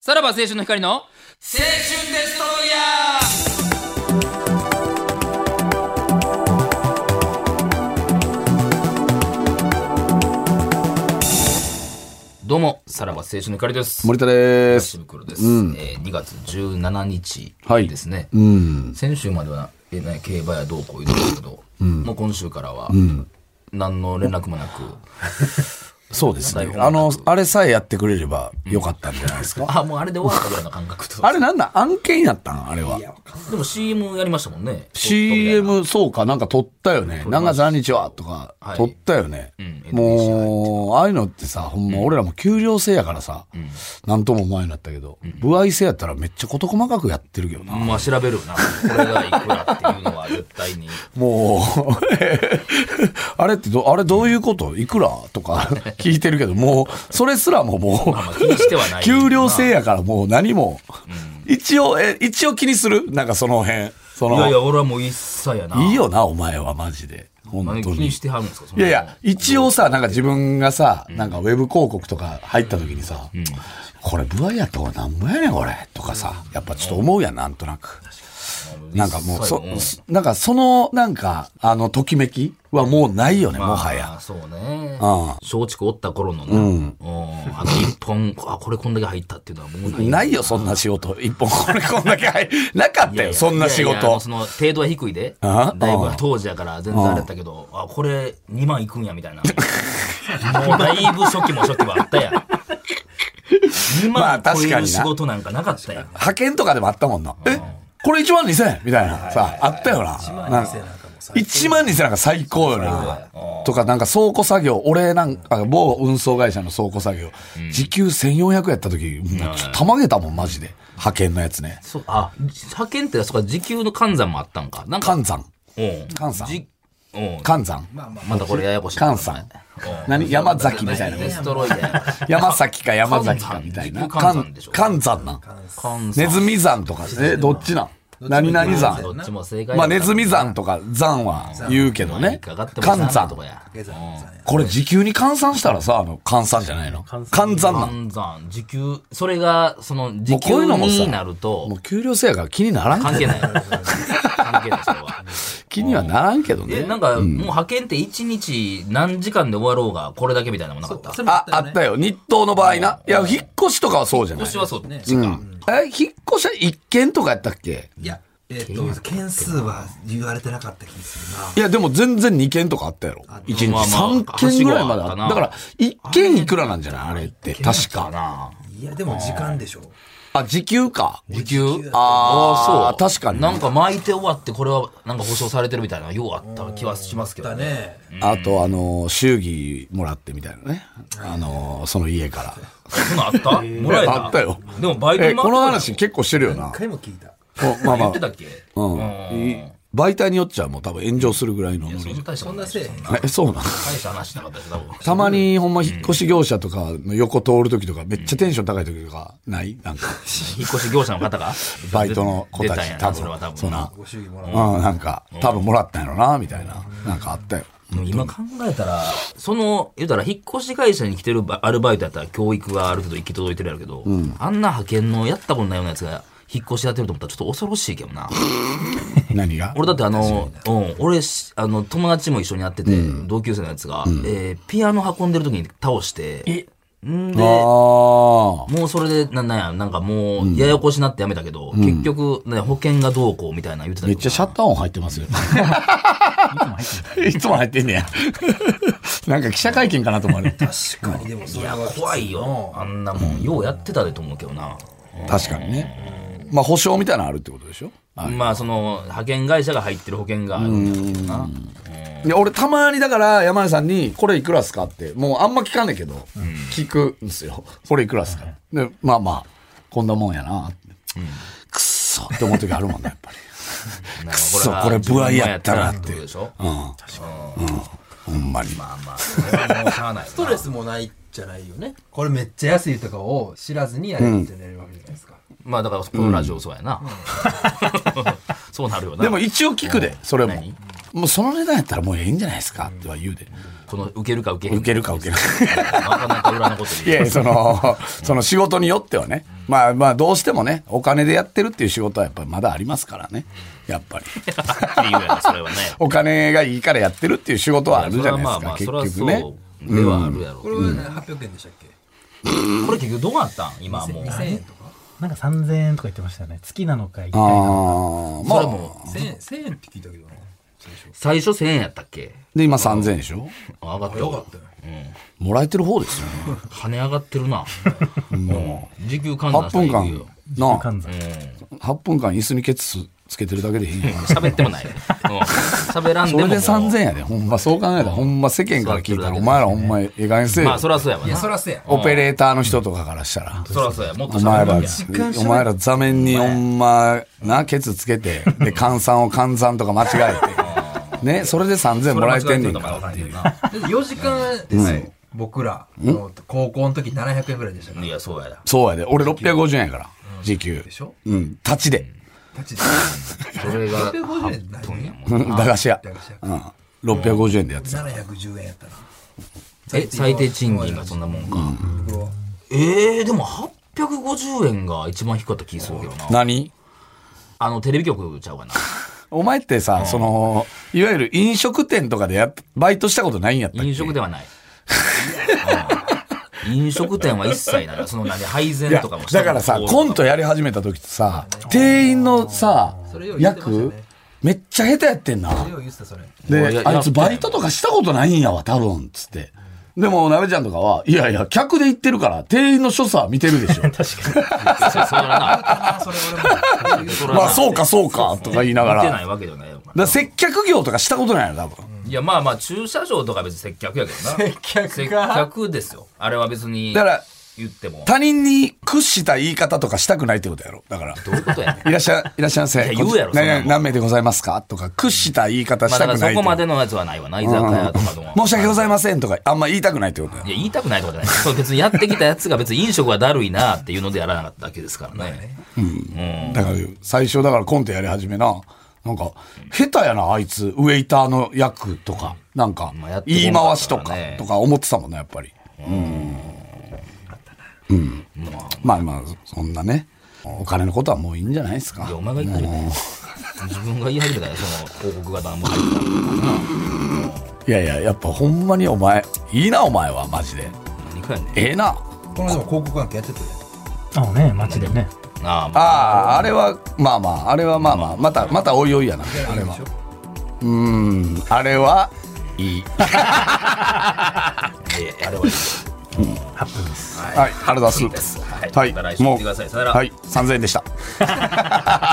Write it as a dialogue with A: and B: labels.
A: さらば青春の光の青春デストロイヤーどうも、さらば青春の光です。
B: 森田で
A: 東
B: す。
A: 袋です、えー2月17日
B: はい
A: ですね、
B: うん。
A: 先週までは、えーね、競馬やどうこう言ってたけど、もう今週からは、何の連絡もなく、
B: そうですね。あの、あれさえやってくれればよかったんじゃないですか。
A: あ、もうあれで終わったぐらいの感覚 と。
B: あれなんだ案件やったんあれは。
A: でも CM やりましたもんね。
B: CM、そうか、なんか撮ったよね。何月何日はとか
A: は、い
B: 撮ったよね
A: ん。
B: もう、ああいうのってさ、ほんま俺らも給料制やからさ、なんとも前になったけど、歩合制やったらめっちゃ事細かくやってるけどな。
A: まあ調べるよな。これがいくらっていうのは絶対 に。
B: もう、あれってど、あれどう いうこといくら とか聞いてるけど、もう、それすらもも
A: あ
B: う、
A: 気にしてはない。
B: 給料制やからもう何も、一応、え、一応気にするなんかその辺。そ
A: い
B: の、
A: や
B: い
A: いや、俺はもう一切やな。
B: いよな、お前はマジで。本
A: 何気
B: 当に。
A: に
B: い
A: してはるんですかその
B: やいや、一応さ、なんか自分がさ、なんかウェブ広告とか入った時にさ、これ、ブワイやった方がなんぼやねん、これ。とかさ、やっぱちょっと思うやん、なんとなく。なんかもう、そ、なんかその、なんか、あの、ときめきはもうないよね、もはや。
A: あそうね。
B: あ
A: 松竹おった頃のな、うん、あの一本、あ、これこんだけ入ったっていうのはもうない。
B: ないよ、そんな仕事。一本、これこんだけ入るなかっ
A: いや
B: た
A: い
B: よ、
A: や
B: そんない仕
A: やいやあの
B: 事
A: そ。の程度は低いで。だ
B: あ
A: いぶ当時やから全然あれやったけど、あ、これ2万いくんやみたいな。もうだいぶ初期も初期はあったや ん。2
B: まあ
A: 万超
B: 確
A: え
B: か
A: る
B: にな
A: 仕事なんかなかったやん。
B: 派遣とかでもあったもんな。えこれ1万2000円みたいな。さ、あったよな。なんか1万2000なんか最高よな。とか、なんか倉庫作業、俺なんか、某運送会社の倉庫作業、時給1400やった時、もうちょっとたまげたもん、マジで。派遣のやつね。
A: そう、あ、派遣ってそっか時給の換算もあったんか。なんか、
B: 換算。
A: うん。
B: 換算
A: じうん。
B: 換算。
A: またこれややこしいな。
B: 換算。何山崎みたいな。
A: デストロイヤ ーやから。
B: 山崎か山崎かみたいな。
A: 換算換算でしょ
B: 換算なん。
A: 換算
B: ネズミ山とか、え、どっちなん何々山。
A: どっちも正解
B: まあ、ネズミ
A: ね。
B: 山とか山は言うけどね。
A: かかっても換
B: 換
A: 算
B: 算
A: と。かや。
B: これ時給に換算したらさ、あの、換算じゃないの。換算なん。
A: 換算、時給、それが、その、時
B: もうこう
A: 給
B: いうのもさ
A: になると
B: も、う給料制やから気にならん
A: 関
B: け
A: 係
B: ど。
A: ない。関係ない、それは。
B: 気にはならんけど
A: え、
B: ね。
A: なんか、もう派遣って1日何時間で終わろうが、これだけみたいなのもなかった。今
B: あ、あったよ。日東の場合な。いや、引っ越しとかはそうじゃない。
A: 年はそうね。
B: うん。え、引っ越しは一件とかやったっけ
C: いや、えっと、件数は言われてなかった気がするない
B: や、でも全然2件とかあったやろ。1日
A: まあまあ
B: 3件ぐらいまであ
A: はしたごはあ
B: っ。だ
A: ったな
B: から、1件いくらなんじゃないあれって。確
A: か
B: か。
A: な。。
C: いや、でも時間でしょ。
B: あ、時給か。
A: 時給
B: あー
A: ー
B: 確かに
A: なんか巻いて終わって、これはなんか保証されてるみたいな、ようあった気はしますけど
C: だ
A: ね。
C: ね。
B: あと、あのー、祝儀もらってみたいなね。あのー、その家から。
A: そんなんあったもらえた
B: あったよ。
A: でもバイト
B: え、
A: に回って
B: この
A: た
B: 話結構してるよな
C: 一。回も聞いた。
B: おまあま
A: 言
B: あ
A: って。たっけ
B: うんい媒体によっちゃもう多分炎上するぐらいのノ
A: そん
B: リ。
A: な大した
C: そんな
A: 話
C: せい。
B: え、そうなん
A: 大した話しなかったです、多分。
B: たまにほんま引っ越し業者とかの横通る時とかめっちゃテンション高い時とかないなんか、
A: 引っ越し業者の方が
B: バイトの子た
A: 出んや
B: ち
A: な
B: 多
A: それは多
B: 分。
A: 分
B: そうな。
C: ご祝儀もらう。
B: うん、なんか、多分もらったんやろな、みたいな。なんかあったよ。
A: でも今考えたらその言うたら引っ越し会社に来てるばアルバイトやったら教育がある程度行き届いてるやろうけど、あんな派遣のやったことないようなやつが引っ越しやってると思ったらちょっと恐ろしいけどな
B: 何が
A: 俺だってあの、うん、俺しあの友達も一緒にやってて、同級生のやつが、えーピアノ運んでる時に倒してんで
B: あ
A: もうそれで、ななんや、なんかもう、ややこしなってやめたけど、結局、ね、保険がどうこうみたいなの言ってた
B: あ。め
A: けど
B: っちゃシャッター音入ってますよ。いつも入ってんねや。なんか記者会見かなと思われる。
C: 確かに、でもそ
A: い
C: れ
A: や
C: は。、
A: 怖いよ。あんなもん、ようやってたでと思うけどな。
B: 確かにね。まあ、保証みたいなのあるってことでしょ
A: まあ、その、派遣会社が入ってる保険があるんだけどな。
B: いや俺たまにだから山根さんに「これいくらっすか?」ってもうあんま聞かんねんけど、聞くんですよ「これいくらっすかでまあまあこんなもんやなって、くっそって思う時あるもんねやっぱり
A: なんか
B: くそこれ
A: 自分
B: 不
A: が
B: 愛やったらって
A: やことでしょ
B: ほんまに
A: まあまあ、それはもうしゃあない
C: ストレスもないじゃないよね。これめっちゃ安いとかを知らずにやれってなるわけじゃないですか。
A: まあ、だから、このラジオそうやな。 そうなるよな。
B: でも一応聞くでそれも
A: 何
B: もうその値段やったらもうええんじゃないですかっては言うで、
A: この受けるか受けへん
B: 受けるか受けるか。
A: なかなか裏のこと
B: い
A: に
B: やいやその、その仕事によってはね。まあまあ、どうしてもね、お金でやってるっていう仕事はやっぱりまだありますからね。やっ ぱり。
A: はっきり言うやなそれはね
B: お金がいいからやってるっていう仕事はあるじゃないですか、結
A: それは
B: 局
A: そう
B: ね。
A: ではあるやろ
C: これは800円でしたっけ
A: これ結局どうなったん今もう
C: ?2000 円とか
D: なんか3000円とか言ってましたよね。月なのか一
B: あ
D: 回なのか
A: そ
B: あ、
A: れ
B: まあ、
A: も
C: 1000円1000円って聞いたけどな最初
A: 最初1000円やったっけ
B: で、今3000円でしょ
A: あ上がった
C: よかったよ
B: もらえてる方ですよね。
A: 跳ね上がってるなもうん時給換算
B: 8
A: したら
B: 分
A: いく
B: 間
A: よ、
B: なあ
D: 換算。
B: 8分間椅子にケツつけてるだけでいいんや
A: 喋ってもないねうん喋 らんで
B: そ
A: もも
B: れ
A: う
B: で3000円やで。ほんま、そう考えたら、ほんま世間から聞いたら、お前らほんま、ええ加減せえよ
A: まあそりゃそうやわ
C: いや
A: な
C: そらせや
B: オペレーターの人とかからしたら。
A: そりゃそうやもっと
B: お
A: 喋
B: 前
A: ら
B: ら
A: なきゃ、
B: お前ら座面にほんま、な、ケツつけて、で、換算を換算とか間違えて。ね、それで3000円もらえてんねんからっていう。
C: 4時間ですよ僕らもう高校の時700円ぐらいでしたから
A: いやそうやな
B: そうやで。俺650円やから、時給
C: で。しょ
B: うん、立ちで。
C: 立ち
A: それが
C: 650円ない
A: 8分やもん
B: うん駄菓子屋
C: 駄菓子屋。
B: うん。650円でやってた。
C: 710円やったら
A: え最低賃金がそんなもんか、
C: 僕は
A: えー、でも850円が一番低かった気するけどな
B: 何
A: あのテレビ局ちゃうかな
B: お前ってさ、その、いわゆる飲食店とかでやっバイトしたことないんやったっけ
A: 飲食ではないうん飲食店は一切ないその何配
B: い
A: 膳
B: や
A: とかもした
B: だからさ
A: こう
B: コントやり始めた時ってさ店員のさ
C: それよう言ってましたね
B: 役めっちゃ下手やってんな
C: それを言ってたそれ
A: 俺
B: で
A: や
B: あい
A: やって
B: つ
A: んの
B: バイトとかしたことないんやわ多分つってでもなべちゃんとかはいやいや客で行ってるから店員の所作は見てるでし
A: そ
B: ょ
A: そらな
C: あそれ 俺も
A: そらな
B: まあそうかそうかとか言いながら
A: 見て
B: だ
A: な
B: か
A: いわけじゃないよ
B: ら接客業とかしたことないの多分
A: いやまあまあ駐車場とか別に接客やけどな接
C: 客か
A: ですよあれは別に
B: だから
A: 言っても
B: 他人に屈した言い方とかしたくないってことやろだから
A: どういうことやねん
B: いらっしゃいらっしゃいませ
A: いや言うやろ
B: こ
A: そんなも
B: 何
A: ん
B: 何名でございますかとか屈した言い方
A: ま
B: し
A: あだ
B: た
A: か
B: く
A: らそ
B: ないって
A: こ
B: こと
A: までのやつはないわな居酒屋とかとも
B: 申し訳ございませんとかあんま言いたくないってことだよ
A: いや、言いたくないとかじゃない。そう別にやってきたやつが別 に飲食はだるいなっていうのでやらなかっただけですからね。
B: だから最初だからコントやり始めななんか下手やなあいつウェイターの役とかなんか
A: まあやってこ
B: 言い
A: んか
B: 回
A: っ
B: したと
A: から
B: か
A: ね
B: とか思ってたもんねやっぱりうんまあまあそんなねお金のことはもういいんじゃないですか
A: いや、お前が言ってるね。自分が言い始めたよ、その広告が何も入っ
B: いやいややっぱほんまにお前いいなお前はマジで
A: た。何かやねん。
B: ええな
C: この間も広告関係やってたよ
D: あのね、街でね。
A: ああ、まあ、
B: あああれはまあまああれはまあまあまたまたおいおいやなあれはうーんあれはい
A: え
B: い
A: えあれはいい
B: はい、ありがとうございま。
A: ですす。はい。
B: はい
A: また来週も来てください。さよなら。
B: はい、3000円でした。